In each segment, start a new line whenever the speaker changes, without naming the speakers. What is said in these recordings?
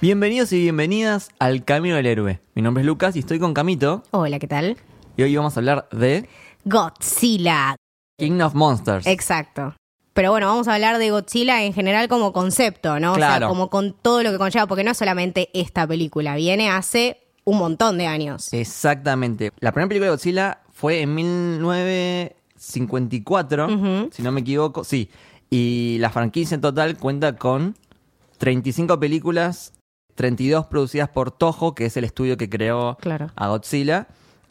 Bienvenidos y bienvenidas al Camino del Héroe. Mi nombre es Lucas y estoy con Camito.
Hola, ¿qué tal?
Y hoy vamos a hablar de
Godzilla.
King of Monsters.
Exacto. Pero bueno, vamos a hablar de Godzilla en general como concepto, ¿no? O
Claro.
sea, como con todo lo que conlleva, porque no es solamente esta película, viene hace un montón de años.
Exactamente. La primera película de Godzilla fue en 1954, si no me equivoco. Sí. Y la franquicia en total cuenta con 35 películas, 32 producidas por Toho, que es el estudio que creó
Claro.
a Godzilla,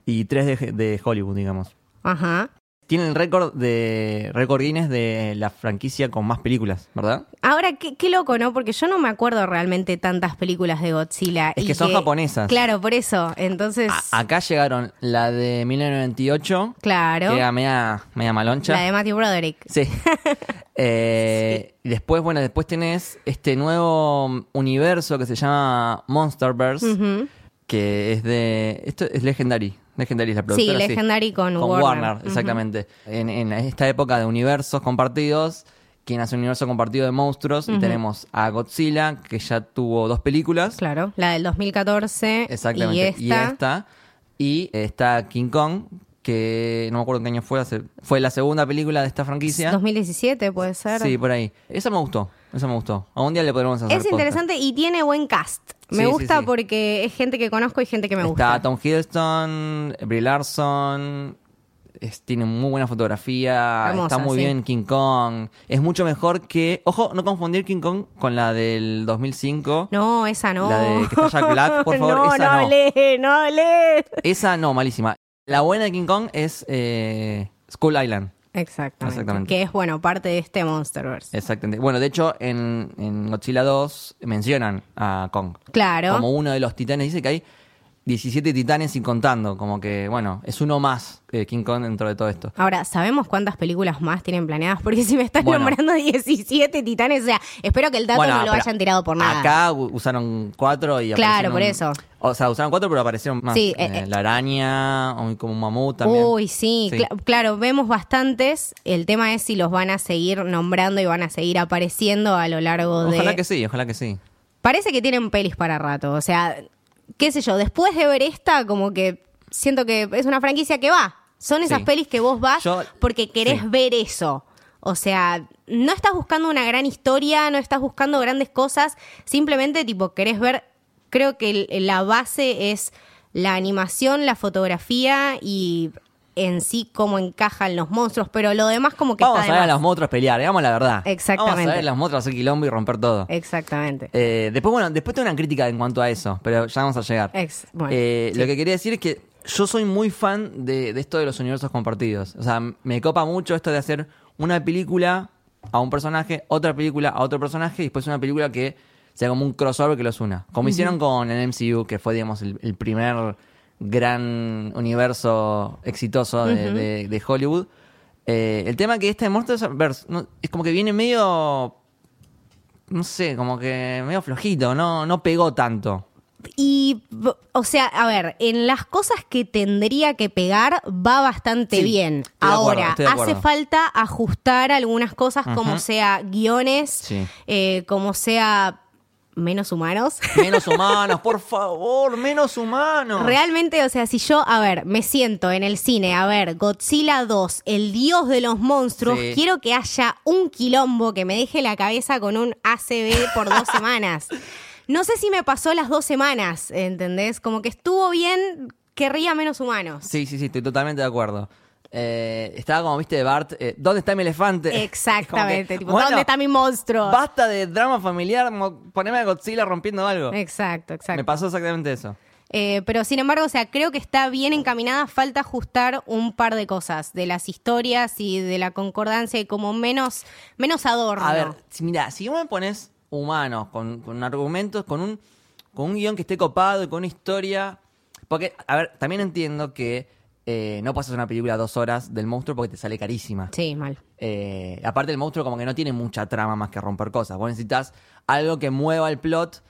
y 3 de, de Hollywood, digamos.
Ajá.
Tiene el récord de récord Guinness de la franquicia con más películas, ¿verdad?
Ahora, qué, qué loco, ¿no? Porque yo no me acuerdo realmente tantas películas de Godzilla.
Es
y
que son japonesas.
Claro, por eso. Entonces,
A- acá llegaron la de 1998,
claro.
que era media, media maloncha.
La de Matthew Broderick.
Sí. Eh, y Después, bueno, después tenés este nuevo universo que se llama Monsterverse, que es de... Esto es Legendary. Legendary es la productora.
Legendary con
con
Warner.
Warner.
Ujú.
exactamente. En, en esta época de universos compartidos, quien hace un universo compartido de monstruos, y tenemos a Godzilla, que ya tuvo dos películas.
Claro. La del 2014.
Exactamente.
Y esta.
Y está King Kong, que no me acuerdo qué año fue, hace- fue la segunda película de esta franquicia.
2017 puede ser.
Sí, por ahí. Esa me gustó, esa me gustó. A un día le podremos hacer
Es interesante y tiene buen cast. Me
Sí, sí,
gusta
sí.
porque es gente que conozco y gente que me
podcast.
gusta.
Está Tom Hiddleston, Brie Larson, es- tiene muy buena fotografía,
Hermosa,
está muy
sí.
bien King Kong. Es mucho mejor que... Ojo, no confundir King Kong con la del 2005.
No, esa no.
La de que está Jack Black, por favor,
no,
esa
no
no.
hablé, no hablé.
Esa no, malísima. La buena de King Kong es eh, Skull Island.
Exactamente.
Exactamente.
Que es, bueno, parte de este Monsterverse.
Exactamente. Bueno, de hecho, en, en Godzilla 2 mencionan a Kong.
Claro.
Como uno de los titanes. Dice que hay 17 titanes y contando. Como que, bueno, es uno más que King Kong dentro de todo esto.
Ahora, ¿sabemos cuántas películas más tienen planeadas? Porque si me estás
Bueno.
nombrando 17 titanes, o sea, espero que el dato
Bueno,
no lo
pero
hayan tirado por nada.
Acá u- usaron cuatro y
Claro,
aparecieron-
por eso.
O sea, usaron cuatro, pero aparecieron más.
Sí, eh,
Eh,
eh.
La araña, un- como un mamut también.
Uy, sí,
Sí.
cla- claro, vemos bastantes. El tema es si los van a seguir nombrando y van a seguir apareciendo a lo largo de...
Ojalá que sí, ojalá que sí.
Parece que tienen pelis para rato. O sea, qué sé yo, después de ver esta, como que siento que es una franquicia que va. Son esas
Sí.
pelis que vos vas
Yo-
porque querés
sí.
ver eso. O sea, no estás buscando una gran historia, no estás buscando grandes cosas, simplemente tipo querés ver, creo que el- la base es la animación, la fotografía y en sí cómo encajan los monstruos, pero lo demás como que
Vamos a
está
ver
de
a
más.
los monstruos pelear, digamos la verdad. Vamos a
Exactamente.
ver a los monstruos hacer quilombo y romper todo.
Exactamente.
Eh, después, bueno, después tengo una crítica en cuanto a eso, pero ya vamos a llegar.
Ex- bueno,
Eh,
sí.
Lo que quería decir es que yo soy muy fan de, de esto de los universos compartidos. O sea, m- me copa mucho esto de hacer una película a un personaje, otra película a otro personaje, y después una película que sea como un crossover que los una. Como hicieron con el MCU, que fue, digamos, el, el primer gran universo exitoso de, de- de Hollywood. Eh, el tema que este Monsterverse no, es como que viene medio no sé, como que medio flojito, no, no pegó tanto.
Y, b- o sea, a ver, en las cosas que tendría que pegar va bastante
Sí,
bien.
estoy de acuerdo,
Ahora,
estoy de
hace
acuerdo.
falta ajustar algunas cosas, como
Ujú.
sea guiones,
Sí.
eh, como sea menos humanos.
Menos humanos, por favor, menos humanos.
Realmente, o sea, si yo, a ver, me siento en el cine, a ver, Godzilla 2, el dios de los monstruos,
Sí.
quiero que haya un quilombo que me deje la cabeza con un ACB por dos semanas. No sé si me pasó las dos semanas, ¿entendés? Como que estuvo bien, querría menos humanos.
Sí, sí, sí, estoy totalmente de acuerdo. Eh, estaba como, viste, Bart, eh, ¿dónde está mi elefante? Como
Exactamente,
que,
tipo,
bueno,
¿dónde está mi monstruo?
Basta de drama familiar, mo- poneme a Godzilla rompiendo algo.
Exacto,
Me
exacto.
pasó exactamente eso.
Eh, pero sin embargo, o sea, creo que está bien encaminada, falta ajustar un par de cosas, de las historias y de la concordancia y como menos, menos adorno.
A ver, si, mira, si vos me pones humanos, con, con argumentos, con un, con un guión que esté copado y con una historia. Porque, a ver, también entiendo que eh, no pasas una película dos horas del monstruo porque te sale carísima.
Sí, mal.
Eh, aparte, el monstruo, como que no tiene mucha trama más que romper cosas. Vos necesitas algo que mueva el plot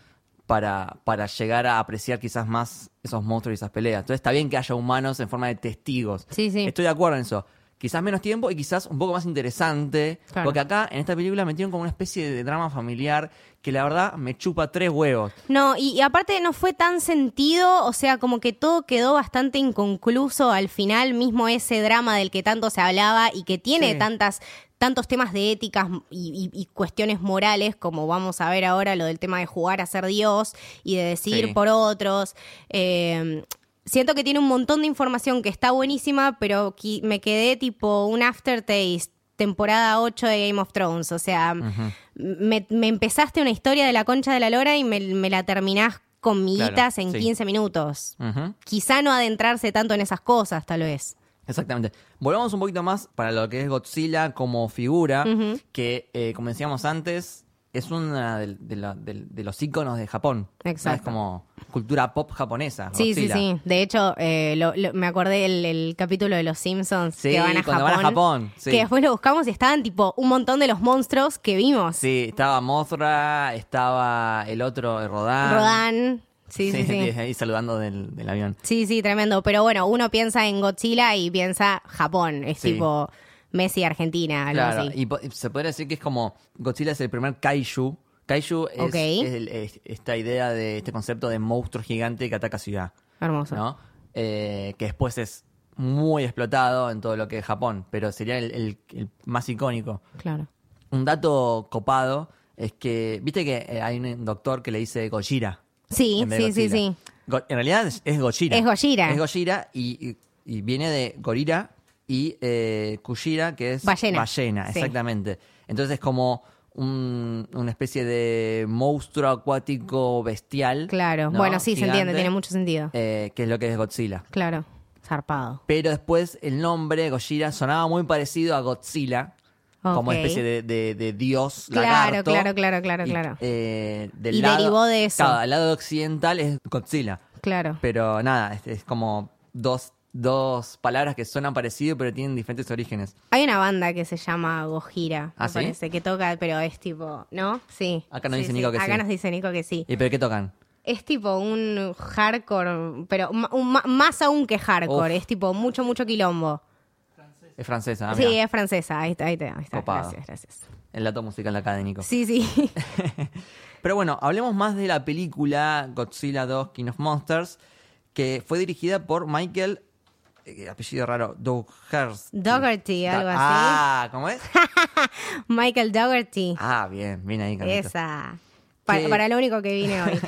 para, para llegar a apreciar quizás más esos monstruos y esas peleas. Entonces, está bien que haya humanos en forma de testigos.
Sí, sí.
Estoy de acuerdo en eso. quizás menos tiempo y quizás un poco más interesante.
Claro.
Porque acá en esta película metieron como una especie de drama familiar que la verdad me chupa tres huevos.
No, y, y aparte no fue tan sentido, o sea, como que todo quedó bastante inconcluso al final, mismo ese drama del que tanto se hablaba y que tiene
Sí.
tantas tantos temas de éticas y, y- y cuestiones morales, como vamos a ver ahora lo del tema de jugar a ser Dios y de decidir
Sí.
por otros. Eh, siento que tiene un montón de información que está buenísima, pero qui- me quedé tipo un aftertaste, temporada 8 de Game of Thrones, o sea, me, me empezaste una historia de la concha de la lora y me, me la terminás con miguitas
Claro,
en
sí.
15 minutos.
Ujú.
Quizá no adentrarse tanto en esas cosas, tal vez.
Exactamente. Volvamos un poquito más para lo que es Godzilla como figura, que eh, como decíamos antes, es una del- de, la- del- de los íconos de Japón.
Exacto.
Es como cultura pop japonesa.
Sí, sí,
Godzilla.
sí. De hecho, eh, lo- lo- me acordé el, el capítulo de Los Simpsons
Sí,
que van a
cuando
Japón.
van a Japón, sí.
Que después lo buscamos y estaban tipo un montón de los monstruos que vimos.
Sí, estaba Mothra, estaba el otro eh, Rodan.
Rodan. Sí, sí, sí.
desde ahí saludando del, del avión.
Sí, sí, tremendo. Pero bueno, uno piensa en Godzilla y piensa Japón. Es
Sí.
tipo Messi Argentina, algo
Claro,
así.
y po- se podría decir que es como Godzilla es el primer kaiju. Kaiju es,
Ok.
es el- es esta idea de este concepto de monstruo gigante que ataca ciudad.
Hermoso.
¿no? Eh, que después es muy explotado en todo lo que es Japón, pero sería el, el- el más icónico.
Claro.
Un dato copado es que, viste que eh, hay un doctor que le dice Gojira.
Sí,
en vez de
sí, sí,
Godzilla?
sí.
Go- en realidad es, es Gojira.
Es Gojira.
Es Gojira y, y- y viene de Gorira y eh, Kujira, que es
Ballena. Sí.
exactamente. Entonces es como un- una especie de monstruo acuático bestial.
Claro.
¿no?
Bueno, sí, se entiende,
Gigante,
tiene mucho sentido.
eh, que es lo que es Godzilla.
Claro. Zarpado.
Pero después el nombre Gojira sonaba muy parecido a Godzilla. Como
Ok.
especie de, de- de dios
Claro,
lagarto.
claro, claro, claro,
Y,
claro.
eh, del
Y
lado-
derivó de eso.
Claro, al lado occidental es Godzilla.
Claro.
Pero nada, es, es como dos, dos palabras que suenan parecido pero tienen diferentes orígenes.
Hay una banda que se llama Gojira,
¿Ah,
me
sí?
parece, que toca, pero es tipo, ¿no? Sí.
Acá nos
Sí,
dice
sí.
Nico que
Acá
sí. Eh.
nos dice Nico que sí.
¿Y pero qué tocan?
Es tipo un hardcore, pero ma- un ma- más aún que hardcore.
Uf.
Es tipo mucho, mucho quilombo.
Es francesa. ah,
sí, eh.
mirá.
es francesa. Ahí está, ahí está. ahí está.
Copado.
Gracias, gracias.
El dato musical acá de Nico.
Sí, sí.
Pero bueno, hablemos más de la película Godzilla 2 King of Monsters, que fue dirigida por Michael, eh, apellido raro, Dougherty.
Dougherty, algo así.
Ah, ¿cómo es?
Michael Dougherty.
Ah, bien, bien ahí, Carlito.
Esa. Pa-
Que-
para lo único que vine hoy.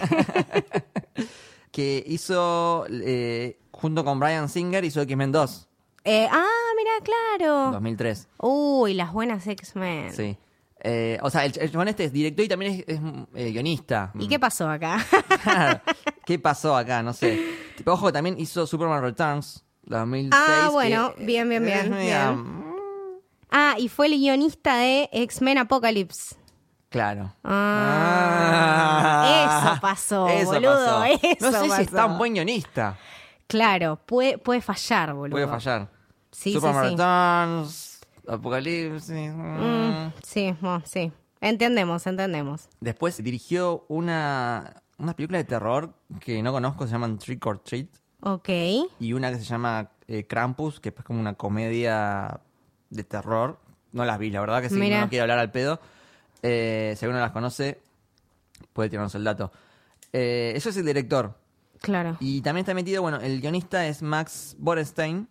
Que hizo, eh, junto con Brian Singer, hizo X-Men 2,
Eh, ah, mira, claro.
2003.
Uy, las buenas X-Men.
Sí. Eh, o sea, el, el chabón este es director y también es, es, eh, guionista.
¿Y qué pasó acá?
Claro. ¿Qué pasó acá? No sé. Tipo, ojo, también hizo Superman Returns, 2006.
Ah, bueno, bien, bien, bien,
media-
ah, y fue el guionista de X-Men Apocalypse.
Claro.
Ah,
Ah.
eso pasó,
Eso
boludo,
pasó. no
eso
sé si es
pasó.
tan buen guionista.
Claro, puede, puede fallar, boludo.
Puede fallar.
Sí,
Superman
sí, sí.
Returns, Apocalipsis.
Mm, sí, bueno, sí. Entendemos, entendemos.
Después dirigió una, una película de terror que no conozco, se llaman Trick or Treat.
Ok.
y una que se llama eh, Krampus, que es como una comedia de terror. No las vi, la verdad que sí,
Mirá.
no quiero hablar al pedo. Eh, si alguno las conoce, puede tirarnos el dato. Eh, eso es el director.
Claro.
Y también está metido, bueno, el guionista es Max Borenstein,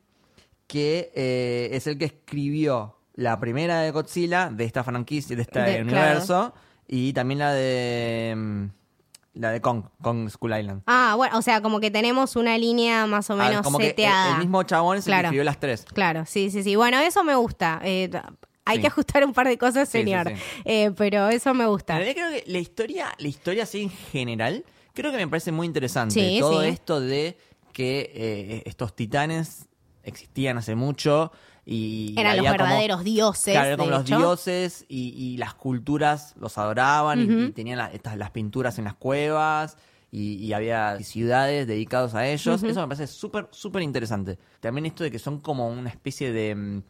que eh, es el que escribió la primera de Godzilla, de esta franquicia, de este
De-
universo, y también la de... mm, La de Kong, Kong School Island.
Ah, bueno, o sea, como que tenemos una línea más o
Ah,
menos
como que el-
seteada.
el, mismo chabón es el que
Claro.
escribió las tres.
Claro, sí, sí, sí. Bueno, eso me gusta. Eh, hay
Sí.
que ajustar un par de cosas,
Sí, Eh, sí,
señor.
sí.
Eh, pero eso me
En
gusta.
realidad creo que la historia, la historia así en general, creo que me parece muy interesante.
Sí,
Todo
sí.
esto de que eh, estos titanes existían hace mucho y
Eran los
había como-
verdaderos dioses.
Claro, eran como
de
los
hecho.
dioses y, y las culturas los adoraban y- y, tenían las, estas, las pinturas en las cuevas y, y había ciudades dedicadas a ellos. Eso me parece súper, súper interesante. También esto de que son como una especie de, mm,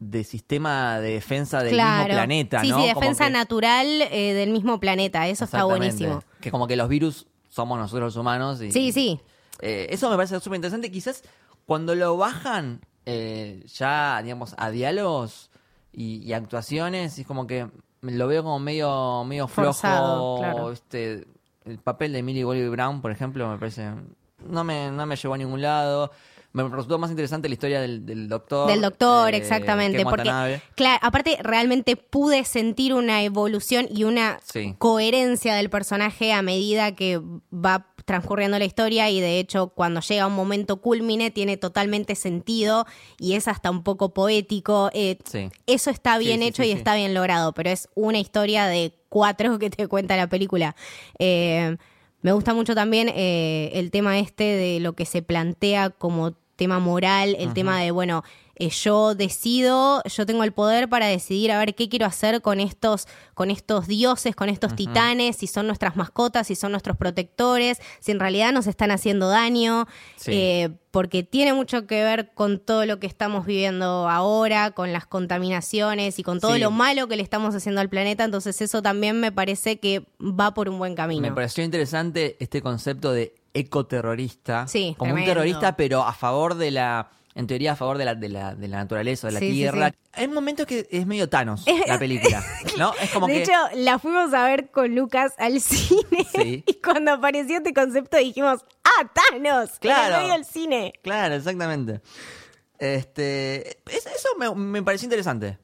de sistema de defensa del mismo planeta,
sí,
¿no?
sí,
Como
defensa
que-
natural eh, del mismo planeta. Eso está
Exactamente.
buenísimo.
Que como que los virus somos nosotros los humanos. Y,
Sí, sí.
Eh, eso me parece súper interesante. Quizás cuando lo bajan eh, ya, digamos, a diálogos y, y actuaciones, es como que lo veo como medio, medio flojo.
Forzado, claro.
este, el papel de Millie Bobby Brown, por ejemplo, me parece. No me, no me llevó a ningún lado. Me resultó más interesante la historia del, del doctor.
Del doctor,
eh,
exactamente.
que
Porque,
Watanabe.
claro, aparte realmente pude sentir una evolución y una
Sí.
coherencia del personaje a medida que va transcurriendo la historia y de hecho cuando llega un momento culmine tiene totalmente sentido y es hasta un poco poético. Eh,
Sí.
Eso está
Sí,
bien
sí,
hecho
sí,
y
sí.
está bien logrado, pero es una historia de cuatro que te cuenta la película. Eh, me gusta mucho también eh, el tema este de lo que se plantea como tema moral, el tema de, bueno, eh, yo decido, yo tengo el poder para decidir a ver qué quiero hacer con estos, con estos dioses, con estos titanes, si son nuestras mascotas, si son nuestros protectores, si en realidad nos están haciendo daño.
Sí.
Eh, porque tiene mucho que ver con todo lo que estamos viviendo ahora, con las contaminaciones y con todo
Sí.
lo malo que le estamos haciendo al planeta. Entonces eso también me parece que va por un buen
Me
camino.
pareció interesante este concepto de ecoterrorista.
Sí,
Como
tremendo.
un terrorista, pero a favor de la. En teoría, a favor de la, de la, de la naturaleza, de la
Sí, sí,
tierra.
sí.
Hay momentos que es medio Thanos la película. ¿No? Es como
de
que.
hecho, la fuimos a ver con Lucas al cine
Sí.
y cuando apareció este concepto dijimos, ¡Ah, Thanos!
Claro.
En el medio del cine.
Claro, exactamente. Este, es- eso me, me pareció interesante.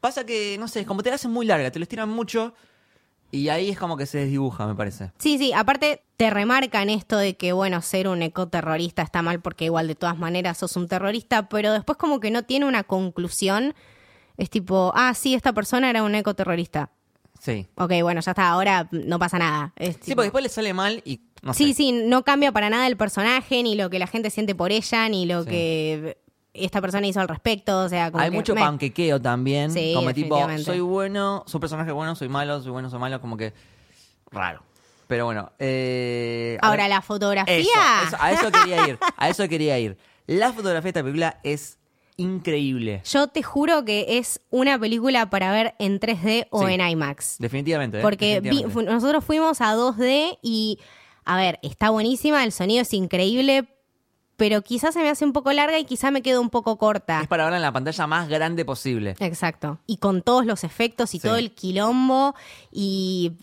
Pasa que, no sé, como te la hacen muy larga, te lo estiran mucho y ahí es como que se desdibuja, me parece.
Sí, sí, aparte te remarcan esto de que, bueno, ser un ecoterrorista está mal porque igual de todas maneras sos un terrorista, pero después como que no tiene una conclusión. Es tipo, ah, sí, esta persona era un ecoterrorista.
Sí.
Ok, bueno, ya está, ahora no pasa nada. Es
Sí,
tipo-
porque después le sale mal y no sé.
sí, sí, no cambia para nada el personaje, ni lo que la gente siente por ella, ni lo
Sí.
que esta persona hizo al respecto. O sea, como
Hay
que
mucho
me-
panquequeo también.
Sí,
como tipo,
definitivamente.
soy bueno, soy personaje bueno, soy malo, soy bueno, soy malo, como que raro. Pero bueno. eh, a
Ahora,
ver.
la fotografía.
Eso, eso, a eso quería ir. A eso quería ir. La fotografía de esta película es increíble.
Yo te juro que es una película para ver en 3D o
Sí.
en IMAX.
Definitivamente. ¿eh?
Porque vi-
Definitivamente.
fu- nosotros fuimos a 2D y, a ver, está buenísima, el sonido es increíble, pero quizás se me hace un poco larga y quizás me quedo un poco corta.
Es para verla en la pantalla más grande posible.
Exacto. Y con todos los efectos y
Sí.
todo el quilombo y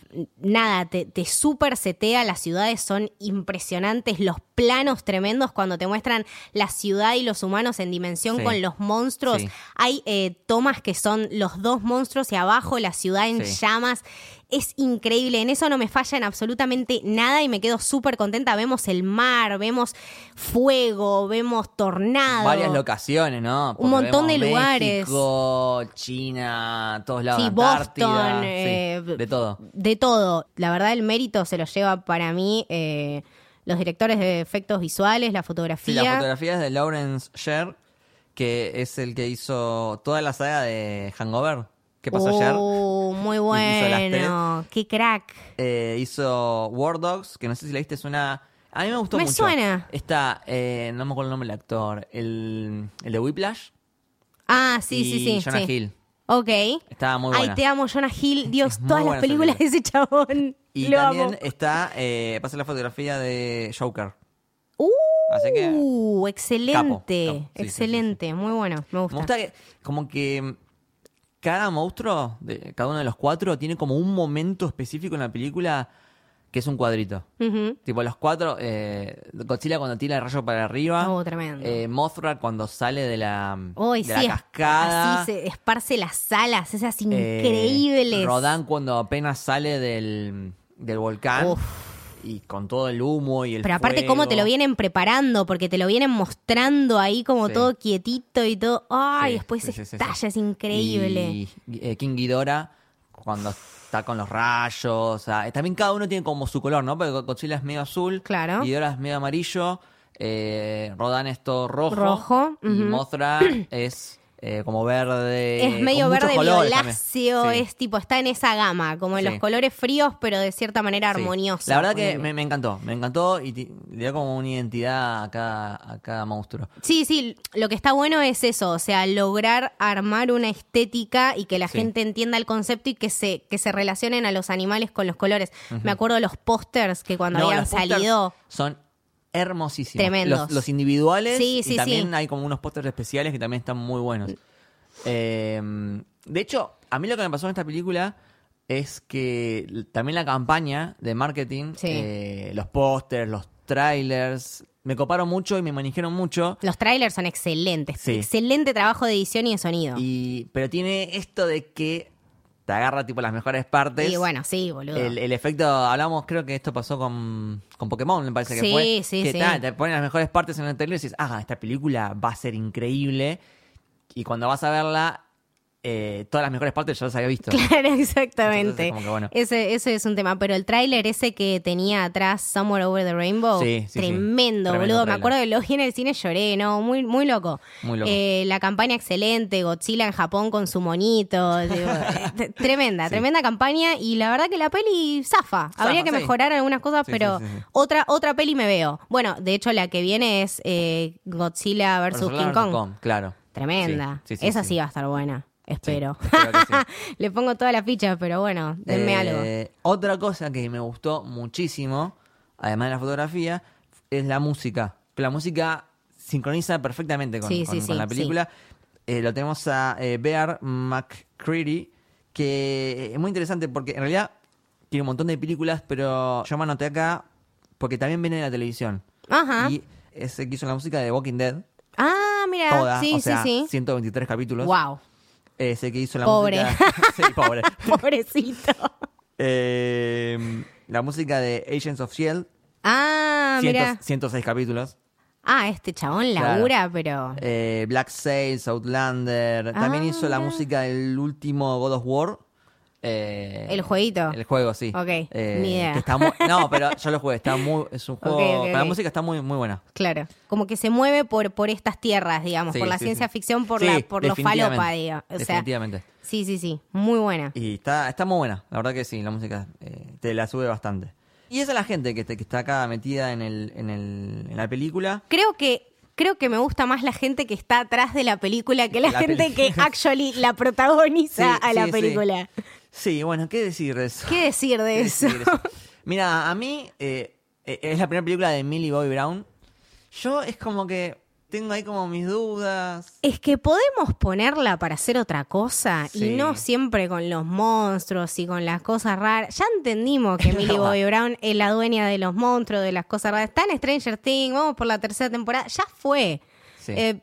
nada, te, te super setea, las ciudades son impresionantes, los planos tremendos cuando te muestran la ciudad y los humanos en dimensión
Sí.
con los monstruos.
Sí.
Hay eh, tomas que son los dos monstruos y abajo la ciudad en
Sí.
llamas. Es increíble, en eso no me falla en absolutamente nada y me quedo súper contenta. Vemos el mar, vemos fuego, vemos tornado.
Varias locaciones, ¿no?
Un montón
vemos
de lugares.
México, China, todos lados.
Sí,
Antártida,
Boston,
sí,
eh,
de todo.
de todo. La verdad, el mérito se lo lleva para mí eh, los directores de efectos visuales, la
Sí,
fotografía.
la fotografía es de Lawrence Sher, que es el que hizo toda la saga de Hangover. ¿Qué pasó ayer?
Oh, muy
hizo las
bueno. Qué crack.
Eh, hizo War Dogs, que no sé si la viste, es una... A mí me gustó
Me
mucho.
suena.
Está, eh, no me acuerdo el nombre del actor, el, el de Whiplash
Ah, sí,
y
sí, sí.
Jonah
sí.
Hill.
Ok.
Estaba muy
Ay,
buena.
te amo, Jonah Hill. Dios,
Es muy
todas las
buena esa
películas de ese chabón.
Y
lo
también
amo.
está, eh, pasa la fotografía de Joker.
Uh,
Así que-
excelente.
Capo, capo. Sí, sí, sí,
excelente. Muy bueno. Me gusta.
Me gusta que, como que mm, cada monstruo, de, cada uno de los cuatro, tiene como un momento específico en la película que es un cuadrito.
Ujú.
Tipo, los cuatro, eh, Godzilla cuando tira el rayo para arriba.
Oh, tremendo.
eh, Mothra cuando sale de la, mm,
Hoy
de
sí,
la
es-
cascada.
así se esparce las alas, esas
eh,
increíbles.
Rodan cuando apenas sale del, del volcán.
Uf.
Y con todo el humo y el
Pero aparte, cómo te lo
fuego.
vienen preparando, porque te lo vienen mostrando ahí como
Sí.
todo quietito y todo. Ay,
Sí,
después
sí, sí, sí,
estalla,
sí.
es increíble.
Y eh, King Ghidorah cuando está con los rayos. o sea, eh, también cada uno tiene como su color, ¿no? Porque Godzilla es medio azul.
Claro.
Ghidorah es medio amarillo. eh, Rodan es todo rojo.
Rojo,
Y
ujú.
Mothra es eh, como verde.
es medio
con muchos
verde
colores
violáceo,
también. Sí,
es tipo, está en esa gama, como en
Sí.
los colores fríos, pero de cierta manera
sí.
armoniosa.
La verdad que
ponele.
me, me encantó. Me encantó y ti- le da como una identidad a cada, a cada monstruo.
Sí, sí, lo que está bueno es eso, o sea, lograr armar una estética y que la
Sí.
gente entienda el concepto y que se, que se relacionen a los animales con los colores. Me acuerdo de los pósters que cuando
No,
habían
los pósters
salido.
Son hermosísimos.
Tremendos.
Los, los individuales.
Sí,
y
sí,
también
sí.
hay como unos pósters especiales que también están muy buenos. Eh, de hecho, a mí lo que me pasó en esta película es que l- también la campaña de marketing,
Sí.
eh, los pósters, los trailers, me coparon mucho y me manejaron mucho.
Los trailers son excelentes.
Sí.
Excelente trabajo de edición y de sonido. Y,
Y, pero tiene esto de que te agarra tipo las mejores partes.
bueno, sí, boludo.
El, el efecto, hablamos, creo que esto pasó con, con Pokémon, me parece que
Sí,
fue.
sí,
que
sí.
ta, te ponen las mejores partes en el trailer y dices, ah, esta película va a ser increíble. Y cuando vas a verla, eh, todas las mejores partes ya las había visto.
Claro, exactamente.
Entonces, como que bueno.
ese, ese es un tema. Pero el tráiler ese que tenía atrás Somewhere Over the Rainbow,
Sí, sí, sí.
tremendo,
Tremendo
boludo. Me
tráiler.
acuerdo que lo vi en el cine, lloré, ¿no? Muy, muy loco.
Muy loco.
Eh, la campaña excelente, Godzilla en Japón con su monito. digo, eh, tremenda,
Sí.
tremenda campaña. Y la verdad que la peli zafa.
Zafa,
Habría que
sí.
mejorar algunas cosas,
Sí,
pero
sí, sí, sí.
Otra, otra peli me veo. Bueno, de hecho la que viene es eh, Godzilla vs.
Pero
King
solo
Kong.
Kong, Claro.
Tremenda.
Sí, sí, sí,
Esa sí.
sí.
va a estar buena. Espero.
espero que
Le pongo todas las fichas, pero bueno, denme algo.
Eh, Otra cosa que me gustó muchísimo, además de la fotografía, es la música. La música sincroniza perfectamente con,
Sí,
con-
sí,
con
sí,
la película. Eh, lo tenemos a eh, Bear McCready, que es muy interesante porque en realidad tiene un montón de películas, pero yo me anoté acá porque también viene de la televisión.
Ajá.
Y es el que hizo la música de Walking Dead.
Ah, mira.
Toda,
sí,
o sea,
sí, sí.
123 capítulos.
Wow.
Es el que hizo la
Pobre.
música. sí, pobre.
Pobrecito.
Eh, la música de Agents of Shield,
Ah, mira.
100 106 capítulos.
Ah, este chabón
Claro.
labura, pero.
Eh, Black Sails, Outlander. También
Ah,
hizo la
mirá.
música del último God of War. Eh,
El jueguito.
El juego, sí.
Ok,
Eh,
ni idea.
que está muy- no, pero yo lo jugué. Está muy, es un juego.
Ok, ok,
pero La
ok.
música está muy, muy buena.
Claro. Como que se mueve por, por estas tierras, digamos,
Sí,
por la
sí,
ciencia
sí.
ficción, por
Sí,
la, por lo
definitivamente.
falopa, digamos. O sea,
definitivamente.
sí, sí, sí. Muy buena.
Y está, está muy buena, la verdad que sí, la música eh, te la sube bastante. Y esa es la gente que, te- que está acá metida en, el, en, el, en la película.
Creo que creo que me gusta más la gente que está atrás de la película que la,
La
gente
película.
que actually la protagoniza
Sí,
a la
sí, sí.
película.
Sí, bueno, ¿qué decir de eso?
¿Qué decir de eso?
decir eso? Mira, a mí eh, eh, es la primera película de Millie Bobby Brown. Yo es como que tengo ahí como mis dudas.
Es que podemos ponerla para hacer otra cosa
Sí.
y no siempre con los monstruos y con las cosas raras. Ya entendimos que
Es
Millie
verdad.
Bobby Brown es la dueña de los monstruos, de las cosas raras. Está en Stranger Things, vamos por la tercera temporada. Ya fue.
Sí.
Eh,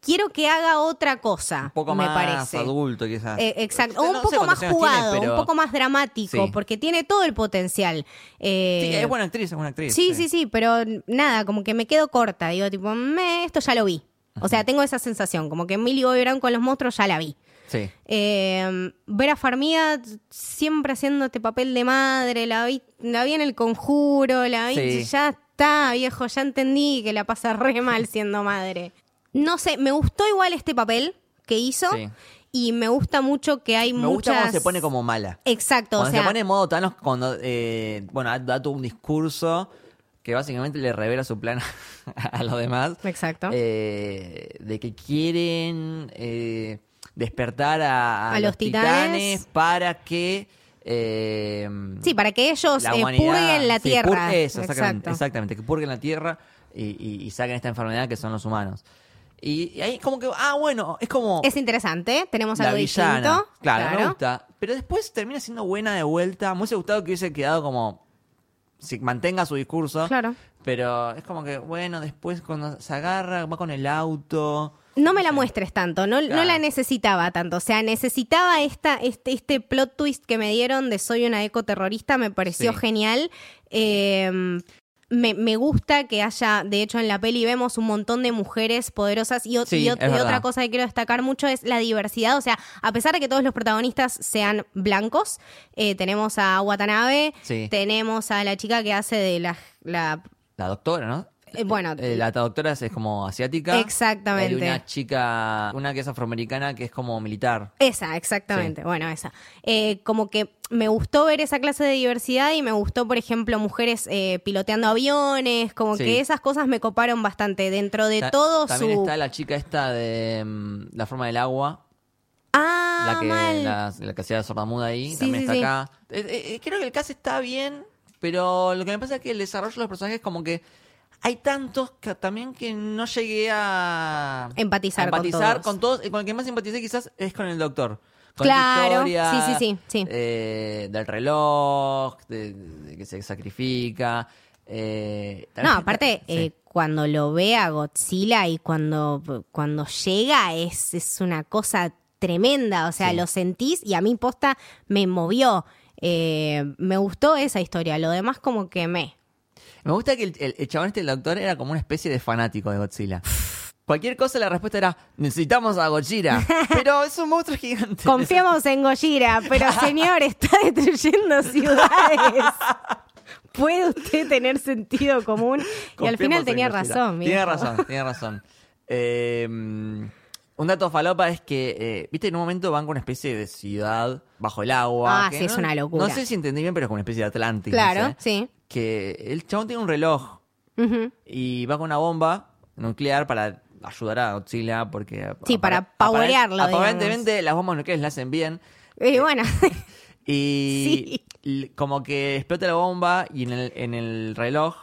quiero que haga otra cosa,
un poco
me
más
parece.
adulto quizás.
Eh, exacto. O
Ah, No
un
sé cuántos
poco más
años tiene,
jugado,
pero-
un poco más dramático,
Sí.
porque tiene todo el potencial. Eh,
Sí, es buena actriz, es buena actriz.
sí, sí, sí, pero nada, como que me quedo corta. Digo, tipo, "Meh, esto ya lo vi. O sea, tengo esa sensación, como que Millie Bobby Brown con los monstruos ya la vi.
Sí.
Eh, Vera Farmiga siempre haciendo este papel de madre, la vi, la vi en el conjuro, la vi,
Sí.
ya está, viejo, ya entendí que la pasa re mal siendo madre. No sé, me gustó igual este papel que hizo
Sí.
y me gusta mucho que hay
Me gusta
muchas...
cómo se pone como mala.
Exacto,
Cuando
o sea,
se pone en modo Thanos, cuando, eh, bueno, da- da todo un discurso que básicamente le revela su plan a los demás.
Exacto.
Eh, de que quieren eh, despertar a,
A los titanes.
para que... eh,
sí, para que ellos
la
eh,
humanidad-
purguen la
sí,
tierra.
pur- eso, exactamente,
Exacto.
exactamente, que purguen la tierra y, y- y saquen esta enfermedad que son los humanos. Y, y ahí como que, ah, bueno, es como
Es interesante, tenemos
la
algo
villana.
distinto.
Claro, me gusta. Pero después termina siendo buena de vuelta. Me hubiese gustado que hubiese quedado como. Si mantenga su discurso.
Claro.
Pero es como que, bueno, después cuando se agarra, va con el auto.
No me la muestres tanto, no, no
Claro.
la necesitaba tanto. O sea, necesitaba esta, este, este plot twist que me dieron de soy una ecoterrorista, me pareció
Sí.
genial. Eh, me, me gusta que haya, de hecho en la peli vemos un montón de mujeres poderosas y, o-
Sí,
y o-
es
y otra
verdad.
cosa que quiero destacar mucho es la diversidad. O sea, a pesar de que todos los protagonistas sean blancos, eh, tenemos a Watanabe,
Sí.
tenemos a la chica que hace de la... la-
La doctora, ¿no?
eh, bueno,
Eh, la doctora es, es como asiática.
Exactamente.
Hay una chica, una que es afroamericana, que es como militar.
Esa, exactamente. Bueno, esa. Eh, como que me gustó ver esa clase de diversidad y me gustó, por ejemplo, mujeres eh, piloteando aviones, como
Sí.
que esas cosas me coparon bastante dentro de
Ta-
todo
También
su...
está la chica esta de mm, La forma del agua.
Ah,
la que,
mal.
la, la que hacía sordamuda ahí,
Sí,
también
sí,
está
sí.
acá. Eh, eh, eh, creo que el cast está bien, pero lo que me pasa es que el desarrollo de los personajes como que hay tantos que también que no llegué a
Empatizar
a
con
empatizar
todos.
con todos. Y Con el que más empaticé quizás es con el doctor. Con
Claro,
la historia,
sí, sí, sí, sí.
eh, del reloj, de, de que se sacrifica. eh,
No,
también-
aparte,
sí.
eh, cuando lo ve a Godzilla y cuando, cuando llega es, es una cosa tremenda. O sea,
Sí.
lo sentís y a mí posta me movió. Eh, me gustó esa historia. Lo demás como que me.
Me gusta que el, el- el chabón este, el doctor, era como una especie de fanático de Godzilla. Cualquier cosa, la respuesta era: necesitamos a Godzilla. Pero es un monstruo gigante.
Confiamos en Gojira, pero señor, está destruyendo ciudades. ¿Puede usted tener sentido común? y al
Confiemos en
final tenía
Godzilla.
razón.
Tiene
viejo.
razón, tiene razón. Eh, un dato falopa es que, eh, viste, en un momento van con una especie de ciudad bajo el agua.
Ah,
que
sí, es
no-
una locura.
No sé si entendí bien, pero es como una especie de Atlantis. no
Claro,
sé.
sí.
Que el chabón tiene un reloj
Ujú.
y va con una bomba nuclear para ayudar a Godzilla porque...
Sí, para
apare-
powerearlo,
apare- Aparentemente las bombas nucleares las hacen bien Eh,
Y bueno,
y l- como que explota la bomba y en el, en el reloj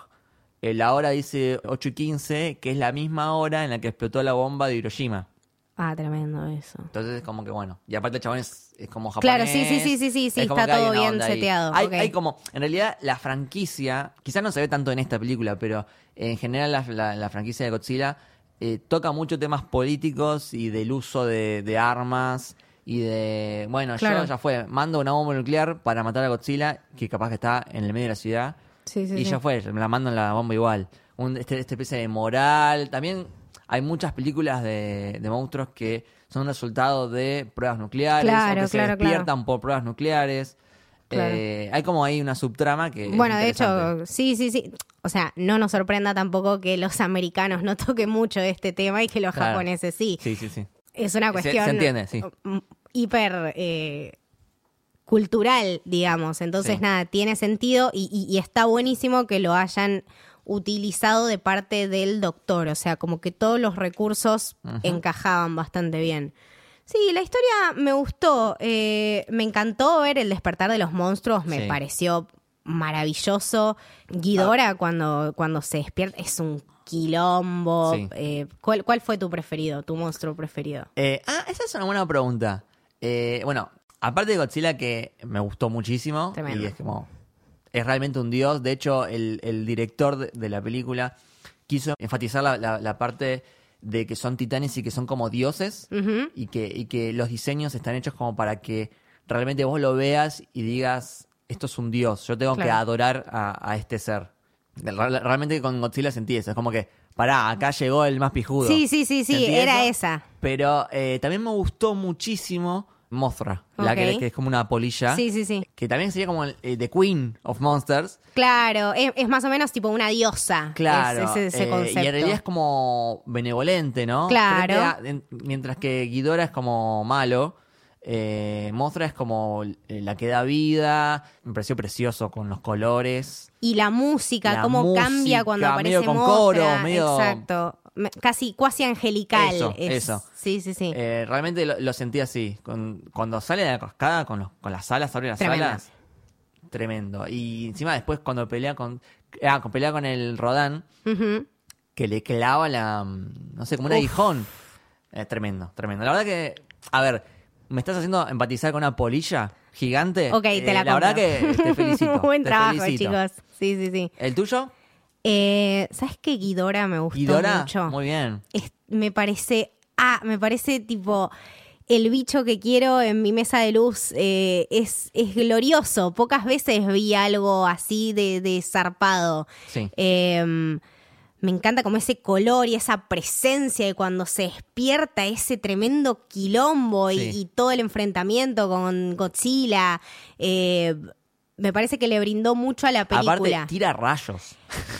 eh, la hora dice 8 y 15, que es la misma hora en la que explotó la bomba de Hiroshima.
ah, tremendo eso.
Entonces es como que bueno, y aparte el chabón es, es como japonés.
Claro, sí, sí, sí, sí, sí, sí,
es como
está
que hay
todo
una
bien
onda ahí.
seteado,
Hay,
ok.
hay como, en realidad la franquicia, quizás no se ve tanto en esta película, pero en general la, la- la franquicia de Godzilla eh, toca mucho temas políticos y del uso de, de armas y de, bueno,
Claro.
yo ya fue, mando una bomba nuclear para matar a Godzilla, que capaz que está en el medio de la ciudad,
Sí, sí,
y
sí.
ya fue, me la mandan la bomba igual. Un, este, este especie de moral. También hay muchas películas de, de monstruos que son resultado de pruebas nucleares
Claro,
o que
claro,
se
claro.
despiertan por pruebas nucleares.
Claro.
Eh, hay como ahí una subtrama que. es
Bueno, de
interesante.
hecho, sí, sí, sí. O sea, no nos sorprenda tampoco que los americanos no toquen mucho este tema y que los
Claro.
japoneses sí.
Sí, sí, sí.
Es una
Se- se
cuestión
entiende, sí.
mm, hiper eh, cultural, digamos. Entonces,
Sí.
nada, tiene sentido y, y- y está buenísimo que lo hayan utilizado de parte del doctor. O sea, como que todos los recursos encajaban bastante bien. Sí, la historia me gustó. eh, me encantó ver el despertar de los monstruos. Me
Sí.
pareció maravilloso.
Ah.
Guidora cuando, cuando se despierta es un quilombo.
Sí.
Eh, ¿cuál, cuál fue tu preferido, tu monstruo preferido?
Eh, ah, esa es una buena pregunta. Eh, bueno, aparte de Godzilla, que me gustó muchísimo.
Tremendo.
Y es como. Es realmente un dios. De hecho, el, el director de, de la película quiso enfatizar la, la- la parte de que son titanes y que son como dioses. y, que, y que los diseños están hechos como para que realmente vos lo veas y digas: Esto es un dios. Yo tengo que
Claro.
adorar a, a este ser. Re- Realmente con Godzilla sentí eso. Es como que. Pará, acá llegó el más pijudo.
Sí, sí, sí, sí,
¿Sentí
era
eso?
esa.
Pero eh, también me gustó muchísimo Mothra, la
Ok.
que, que es como una polilla.
Sí, sí, sí.
Que también sería como el, eh, The Queen of Monsters.
Claro, es, es más o menos tipo una diosa. es-
Claro.
es ese
eh,
concepto.
y en realidad es como benevolente, ¿no? Frente
Claro.
a- en- mientras que Ghidorah es como malo, eh, Mothra es como eh, la que da vida. Me pareció precioso con los colores.
Y la música,
La
cómo cambia cuando
música,
aparece
medio con
Mothra,
coro, medio-
Exacto. Me- Casi, cuasi angelical.
Eso,
es-
eso.
Sí, sí, sí.
Eh, realmente lo, lo sentí así. Con- cuando sale de la cascada, con, los- con las alas, abre las
Tremendo.
alas. Tremendo. Y encima después cuando pelea con... Ah, con- pelea con el Rodán,
Ujú.
que le clava la... mm, No sé, como un
Uf.
aguijón. Eh, tremendo, tremendo. La verdad que... A ver, me estás haciendo empatizar con una polilla gigante.
Ok, te
Eh,
la
La verdad que
compro.
te felicito.
Buen
te
trabajo,
felicito.
chicos. Sí, sí, sí.
¿El tuyo?
Eh, ¿Sabes qué? Guidora me gustó
Guidora.
mucho.
Muy bien.
es- me parece, ah, me parece tipo el bicho que quiero en mi mesa de luz eh, es, es glorioso. Pocas veces vi algo así de, de zarpado.
Sí.
Eh, me encanta como ese color y esa presencia y cuando se despierta ese tremendo quilombo y-
Sí.
y, todo el enfrentamiento con Godzilla. Eh, me parece que le brindó mucho a la película.
Aparte, tira rayos.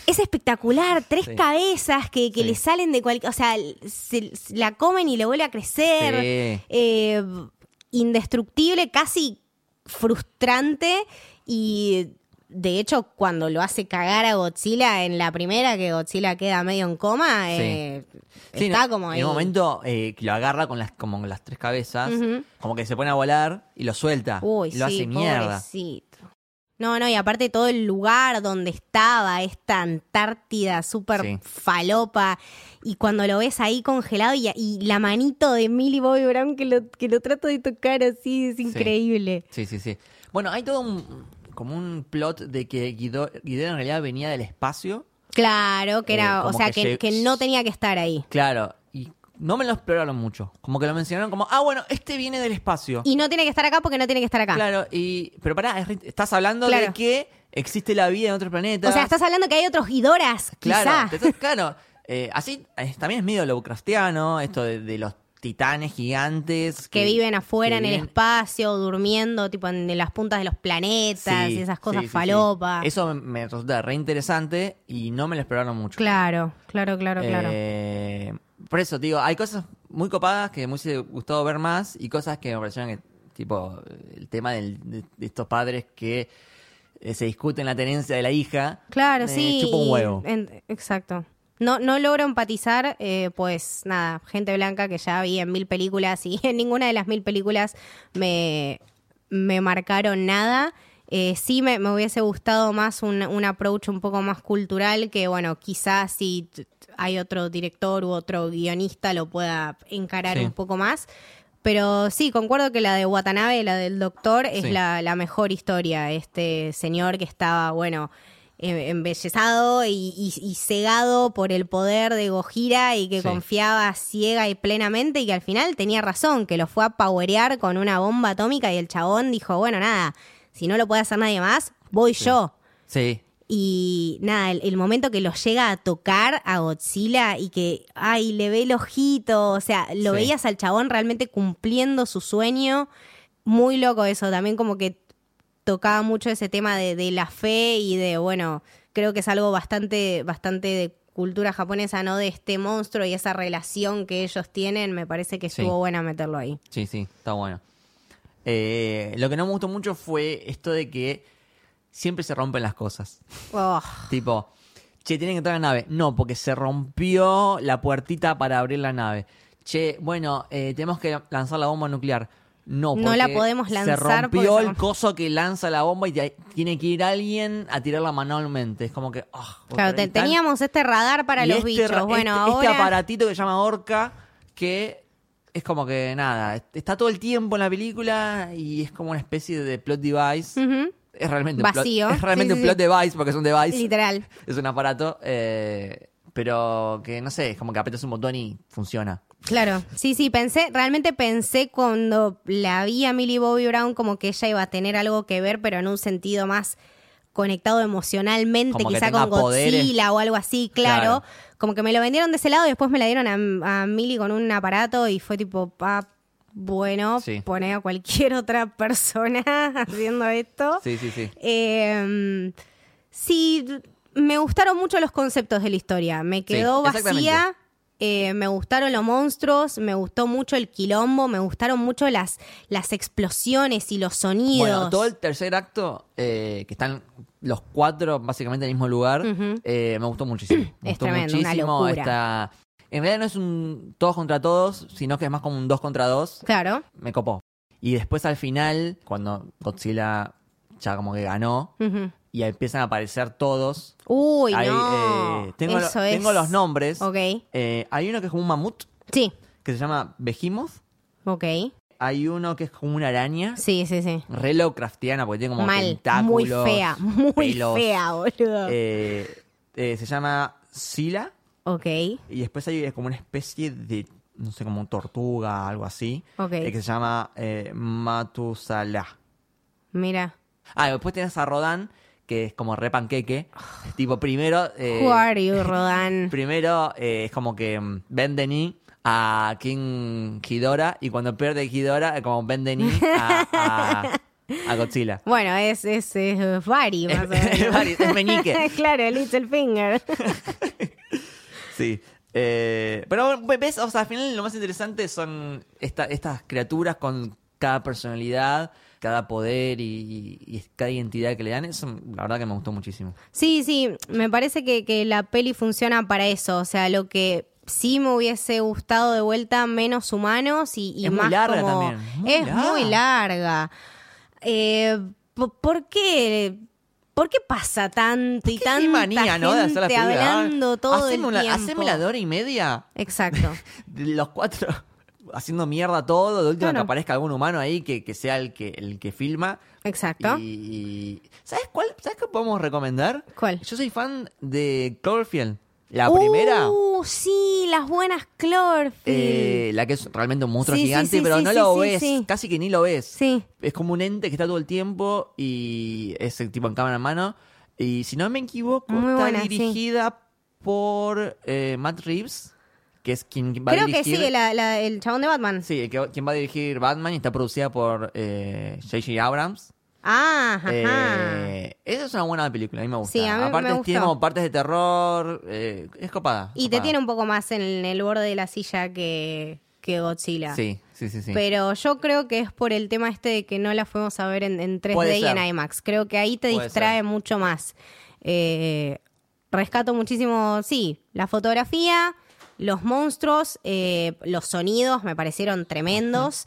Es espectacular, tres
Sí.
cabezas que, que
Sí.
le salen de cualquier... O sea, se- se la comen y le vuelve a crecer.
Sí.
Eh, indestructible, casi frustrante. Y de hecho, cuando lo hace cagar a Godzilla en la primera, que Godzilla queda medio en coma,
Sí.
eh,
Sí,
está
en-
como ahí.
En un momento eh, que lo agarra con las, como con las tres cabezas,
Ujú.
como que se pone a volar y lo suelta.
Uy,
y lo
sí,
hace mierda.
pobrecito. No, no, y aparte todo el lugar donde estaba, esta Antártida súper
Sí.
falopa, y cuando lo ves ahí congelado y, y la manito de Millie Bobby Brown que lo, que lo trato de tocar así, es increíble.
Sí, sí, sí. Bueno, hay todo un, como un plot de que Guido, Guido en realidad venía del espacio.
Claro, que
Eh,
era,
como
o sea,
que
que,
lle-
que no tenía que estar ahí.
Claro, y no me lo exploraron mucho. Como que lo mencionaron como, ah, bueno, este viene del espacio.
Y no tiene que estar acá porque no tiene que estar acá.
Claro, y. Pero pará, es re- estás hablando de
Claro.
que existe la vida en otros planetas.
O sea, estás hablando que hay otros Hidoras,
Claro,
quizá.
te estás- claro. Eh, así es- también es medio Lovecraftiano, esto de, de los titanes gigantes.
que viven afuera
que
en el
viven-
espacio, durmiendo, tipo en, en las puntas de los planetas
Sí,
y esas
sí,
cosas
sí, sí.
falopa.
Eso me, me resulta re interesante y no me lo exploraron mucho.
Claro, claro, claro, claro.
Eh, por eso, te digo, hay cosas muy copadas que me hubiese gustado ver más y cosas que me parecieron que, tipo, el tema del- de, de estos padres que eh, se discuten la tenencia de la hija.
Claro,
me
sí. Eh,
chupa un
y-
huevo.
en- exacto. No, no logro empatizar, eh, pues nada, gente blanca que ya vi en mil películas y en ninguna de las mil películas me, me marcaron nada. Eh, sí me, me hubiese gustado más un, un approach un poco más cultural que, bueno, quizás si t- t- hay otro director u otro guionista lo pueda encarar
Sí.
un poco más. Pero sí, concuerdo que la de Watanabe, la del doctor, es
Sí.
la, la mejor historia. Este señor que estaba, bueno, em- embellezado y, y- y cegado por el poder de Gojira y que
Sí.
confiaba ciega y plenamente y que al final tenía razón, que lo fue a powerear con una bomba atómica y el chabón dijo, bueno, nada, si no lo puede hacer nadie más, voy yo.
Sí,
Y nada, el, el momento que lo llega a tocar a Godzilla y que, ay, le ve el ojito, o sea, lo
Sí.
veías al chabón realmente cumpliendo su sueño, muy loco eso, también como que tocaba mucho ese tema de, de la fe y de, bueno, creo que es algo bastante, bastante de cultura japonesa, ¿no? De este monstruo y esa relación que ellos tienen, me parece que
Sí.
estuvo buena meterlo ahí.
Sí, sí, está bueno. Eh, lo que no me gustó mucho fue esto de que siempre se rompen las cosas.
Oh,
Tipo, che, tienen que entrar a la nave. No, porque se rompió la puertita para abrir la nave. Che, bueno, eh, tenemos que lanzar la bomba nuclear. No,
No la
porque
podemos lanzar
Se
porque
rompió
se
el
romp-
coso que lanza la bomba y te- tiene que ir alguien a tirarla manualmente. Es como que. ah,
claro,
otra-
te-
y tan-
teníamos este radar para
y
los
este
bichos.
ra-
bueno,
este, este
ahora...
aparatito que se llama Orca, que es como que nada, está todo el tiempo en la película y es como una especie de plot device.
Ujú.
Es realmente
Vacío.
un plot, es realmente
Sí,
un
sí,
plot device porque es un device.
Literal.
Es un aparato, eh, pero que no sé, es como que apretas un botón y funciona.
Claro, sí, sí, pensé, realmente pensé cuando la vi a Millie Bobby Brown como que ella iba a tener algo que ver, pero en un sentido más conectado emocionalmente,
Como que
quizá
tenga
con Godzilla
poderes.
o algo así, claro.
Claro.
Como que me lo vendieron de ese lado y después me la dieron a, a Millie con un aparato y fue tipo, ah, bueno,
Sí.
pone a cualquier otra persona haciendo esto.
Sí, sí, sí.
Eh, sí, me gustaron mucho los conceptos de la historia. Me quedó
exactamente.
vacía. eh, me gustaron los monstruos, me gustó mucho el quilombo, me gustaron mucho las, las explosiones y los sonidos.
Bueno, todo el tercer acto, eh, que están los cuatro básicamente en el mismo lugar,
Ujú.
eh, me gustó muchísimo. Me
Es
gustó
tremendo, una
muchísimo
locura.
esta- En realidad no es un todos contra todos, sino que es más como un dos contra dos.
Claro.
Me copó. Y después al final, cuando Godzilla ya como que ganó,
Ujú.
y empiezan a aparecer todos.
Uy,
Hay,
no.
eh, tengo, lo-
Eso es.
tengo los nombres.
Ok.
Eh, hay uno que es como un mamut,
Sí.
que se llama Behemoth.
Ok.
Hay uno que es como una araña.
Sí, sí, sí.
Reloj craftiana, porque tiene como
Mal.
tentáculos.
Muy fea. Muy
pelos.
fea, boludo.
Eh, eh, se llama Sila.
ok.
Y después hay como una especie de, no sé, como tortuga, algo así.
Ok.
eh, que se llama eh, Matusalá.
Mira.
Ah, y después tenés a Rodán, que es como re panqueque. tipo, primero... eh,
Who are you, Rodan?
Primero eh, es como que mm, venden a King Ghidorah y cuando pierde Ghidorah es como venden a, a, a Godzilla.
Bueno, es, es, es eh, Bari, más o menos.
Bari, es meñique.
claro, Little Finger.
Sí. Eh, pero bueno, ves, o sea, al final lo más interesante son esta- estas criaturas con cada personalidad, cada poder y, y- y cada identidad que le dan. Eso la verdad que me gustó muchísimo.
Sí, sí, me parece que, que la peli funciona para eso. O sea, lo que sí me hubiese gustado de vuelta menos humanos y, y
Es muy
más
larga
como-
también, muy
es muy larga. Eh, po- ¿Por qué ¿Por qué pasa tanto y
¿Qué
tanta
manía,
gente
¿no? De hacer la película.
hablando todo
Haceme
el
una-
tiempo?
haceme la de hora y media.
Exacto.
de los cuatro haciendo mierda todo, de última
Claro.
que aparezca algún humano ahí que, que sea el que, el que filma.
Exacto.
Y, y- ¿sabes cuál? ¿Sabes qué podemos recomendar?
¿Cuál?
Yo soy fan de Cloverfield. La primera,
Uh, sí, las buenas Clorfield.
eh, la que es realmente un monstruo
Sí, sí,
gigante,
sí,
pero
sí,
no
sí,
lo
sí,
ves,
sí.
casi que ni lo ves.
Sí.
Es como un ente que está todo el tiempo y es el tipo en cámara en mano. Y si no me equivoco,
Muy
está
buena, sí.
dirigida por eh, Matt Reeves, que es quien va a
Creo que
dirigir...
sí, la- la- el chabón de Batman.
Sí, el que- quien va a dirigir Batman y está producida por eh, J.J. Abrams.
Ah, ajá.
Eh, esa es una buena película, a mí me gusta.
Sí, a mí me
Aparte
gustó.
tiene como partes de terror, eh, es copada.
y te tiene un poco más en el borde de la silla que, que Godzilla.
Sí, sí, sí, sí.
Pero yo creo que es por el tema este de que no la fuimos a ver en, en 3D
Puede
y
ser.
en IMAX. Creo que ahí te
Puede
distrae
ser.
mucho más. Eh, rescato muchísimo, sí, la fotografía, los monstruos, eh, los sonidos me parecieron tremendos.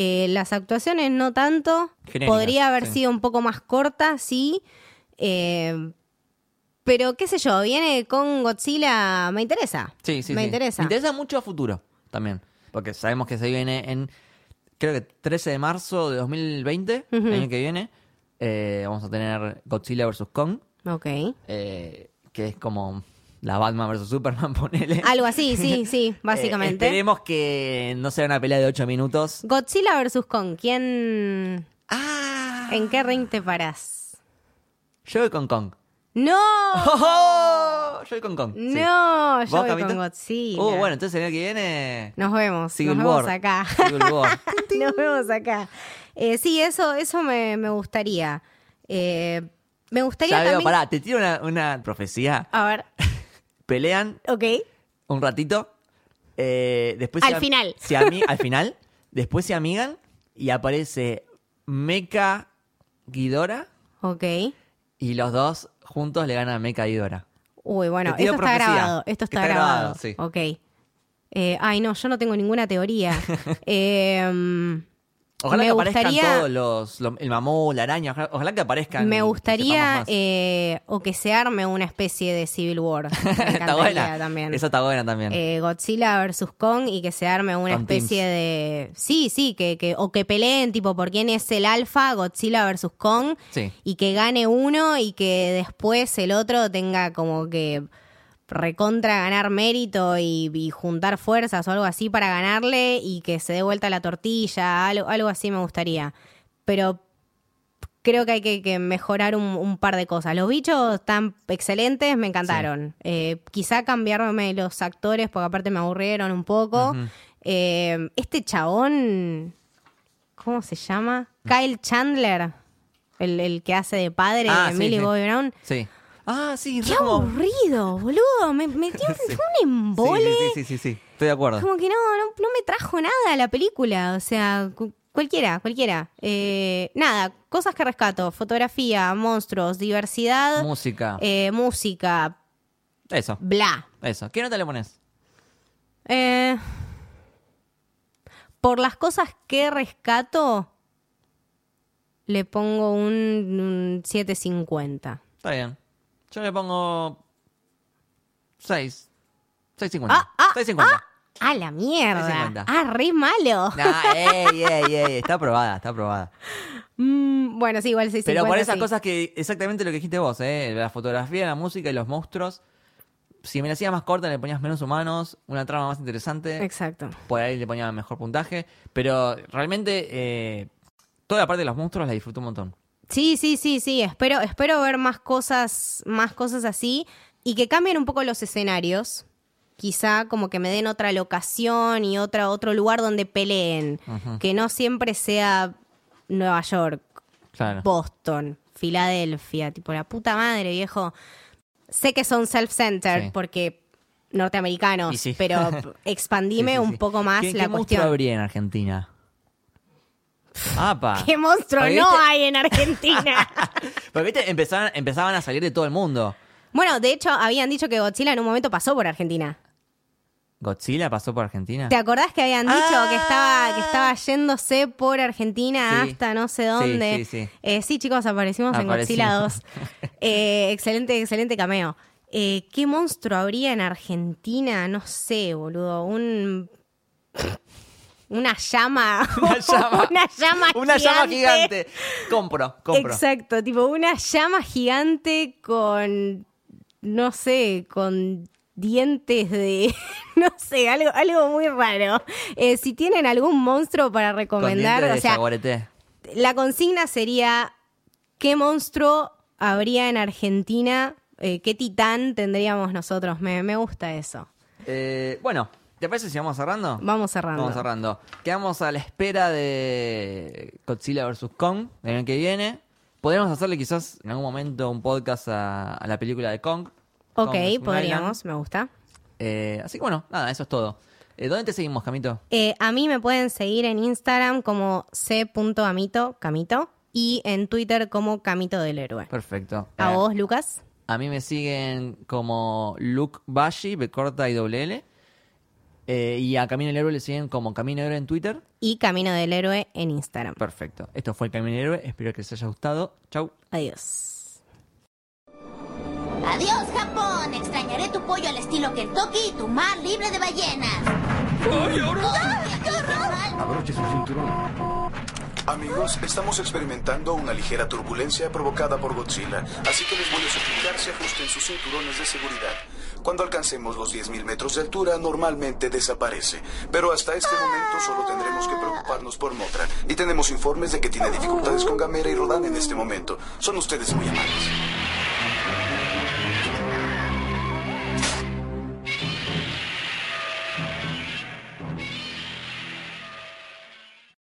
Eh, las actuaciones no tanto.
Genéricas,
Podría haber
sí.
sido un poco más corta, sí. Eh, pero qué sé yo, viene con Godzilla, me interesa.
Sí, sí,
me
sí.
interesa.
Me interesa mucho a futuro también. Porque sabemos que se viene en, creo que 13 de marzo de 2020,
Ujú.
el año que viene. eh, vamos a tener Godzilla vs. Kong,
Ok.
eh, que es como la Batman vs. Superman, ponele.
Algo así, sí, sí, básicamente.
Eh, esperemos que no sea una pelea de 8 minutos.
Godzilla versus Kong, ¿quién.
¡Ah!
¿En qué ring te parás?
Yo voy con Kong.
¡No!
¡Oh! Yo voy con Kong. sí.
¡No!
¿Vos,
Yo voy
Camito?
con Godzilla.
Uh, bueno, entonces el año que viene.
Nos vemos.
Civil
Nos
War.
vemos acá.
Civil War.
Nos vemos acá. Eh, sí, eso, eso me, me gustaría. Eh, me gustaría
Ya veo,
también.
pará, te tiro una, una profecía.
A ver,
Pelean
ok.
un ratito. eh, después
Al
am-
final.
se ami- al final. Después se amigan y aparece Mecha Guidora
Ok.
y los dos juntos le ganan a Mecha Guidora.
Uy, bueno,
Te tiro
esto está
profecía,
grabado. Esto
que
está,
está
grabado.
grabado, sí.
Ok. Eh, ay, no, yo no tengo ninguna teoría. Em,
Ojalá
Me
que aparezcan
gustaría-
todos los, lo- El mamú, la araña. Ojalá, ojalá que aparezcan. y
Me
que sepamos
gustaría
más.
eh, o que se arme una especie de Civil War. Me
está buena.
encantaría también.
Esa está buena también.
Eh, Godzilla versus Kong y que se arme una
Con
especie
teams.
de. Sí, sí, que, que- o que peleen, tipo, por quién es el alfa, Godzilla versus Kong,
Sí.
y que gane uno y que después el otro tenga como que recontra ganar mérito y, y juntar fuerzas o algo así para ganarle y que se dé vuelta la tortilla, algo, algo así me gustaría. Pero creo que hay que, que mejorar un, un par de cosas. Los bichos están excelentes, me encantaron. Eh, quizá cambiarme los actores, porque aparte me aburrieron un poco. Eh, este chabón, ¿cómo se llama? Kyle Chandler, el, el que hace de padre
Ah,
de
sí,
Millie
sí.
Bobby Brown.
Sí. Ah, sí,
Qué
re como-
aburrido, boludo. Me, me dio un, un embole.
Sí, sí, sí, sí, sí. Estoy de acuerdo.
Como que no, no, no me trajo nada la película. O sea, cu- cualquiera, cualquiera. Eh, nada, cosas que rescato. Fotografía, monstruos, diversidad,
Música.
eh, música,
Eso,
bla.
eso. ¿Qué nota le pones?
Eh, por las cosas que rescato, le pongo un, un 750.
Está bien. Yo le pongo 6. 6.50.
Ah, ah,
6.50.
ah, a la mierda.
6.50.
Ah, re malo.
Nah, ey, ey, ey, Está aprobada, está aprobada.
Mm, bueno, sí, igual 650.
Pero por esas
sí.
cosas que exactamente lo que dijiste vos, ¿eh? La fotografía, la música y los monstruos. Si me la hacías más corta, le ponías menos humanos, una trama más interesante.
Exacto.
Por ahí le ponía mejor puntaje. Pero realmente, eh, toda la parte de los monstruos la disfruté un montón.
Sí, sí, sí, sí. Espero, espero ver más cosas, más cosas así y que cambien un poco los escenarios. Quizá como que me den otra locación y otra, otro lugar donde peleen. Que no siempre sea Nueva York,
Claro.
Boston, Filadelfia. Tipo, la puta madre, viejo. Sé que son self-centered
Sí.
porque norteamericanos,
Y sí.
pero p- expandime
Sí, sí,
un
sí.
poco más
¿Qué,
la
qué monstruo
cuestión.
habría en Argentina? ¡Apa!
¿Qué monstruo
Porque, este
no ah.
viste-
hay en Argentina?
Porque viste, empezaban, empezaban a salir de todo el mundo.
Bueno, de hecho, habían dicho que Godzilla en un momento pasó por Argentina.
¿Godzilla pasó por Argentina?
¿Te acordás que habían dicho
Ah.
que estaba que estaba yéndose por Argentina
Sí.
hasta no sé
Sí,
dónde?
sí, sí.
Eh, sí, chicos, aparecimos, en Godzilla
Aparecimos.
2. Eh, excelente, excelente cameo. Eh, ¿Qué monstruo habría en Argentina? No sé, boludo. Un. Una llama.
Una llama.
una llama
Una llama gigante. Compro, compro.
Exacto, tipo una llama gigante con, no sé, con dientes de, no sé, algo, algo muy raro. Eh, si tienen algún monstruo para
Con
recomendar,
dientes
o
de
sea,
jaguarete.
la consigna sería, ¿qué monstruo habría en Argentina? Eh, ¿Qué titán tendríamos nosotros? Me, me gusta eso.
Eh, bueno, ¿te parece si vamos cerrando?
Vamos cerrando.
Vamos cerrando. Quedamos a la espera de Godzilla vs. Kong el año que viene. Podríamos hacerle quizás en algún momento un podcast a, a la película de Kong. Kong
Ok,
Skull
podríamos,
Island.
me gusta.
Eh, así que bueno, nada, eso es todo. Eh, ¿Dónde te seguimos, Camito?
Eh, a mí me pueden seguir en Instagram como c.amito, camito, y en Twitter como camito del héroe.
Perfecto.
A
Eh,
vos, Lucas.
A mí me siguen como Luke Bashi, B corta y doble L. Eh, y a Camino del Héroe le siguen como Camino del Héroe en Twitter.
Y Camino del Héroe en Instagram.
Perfecto. Esto fue el Camino del Héroe. Espero que les haya gustado. Chau.
Adiós.
Adiós, Japón. Extrañaré tu pollo al estilo Kentucky y tu mar libre de ballenas. ¡Ay, qué horror!
Abroche su cinturón.
Amigos, estamos experimentando una ligera turbulencia provocada por Godzilla, así que les voy a suplicar se ajusten sus cinturones de seguridad. Cuando alcancemos los 10.000 metros de altura, normalmente desaparece, pero hasta este momento solo tendremos que preocuparnos por Motra, y tenemos informes de que tiene dificultades con Gamera y Rodan en este momento. Son ustedes muy amables.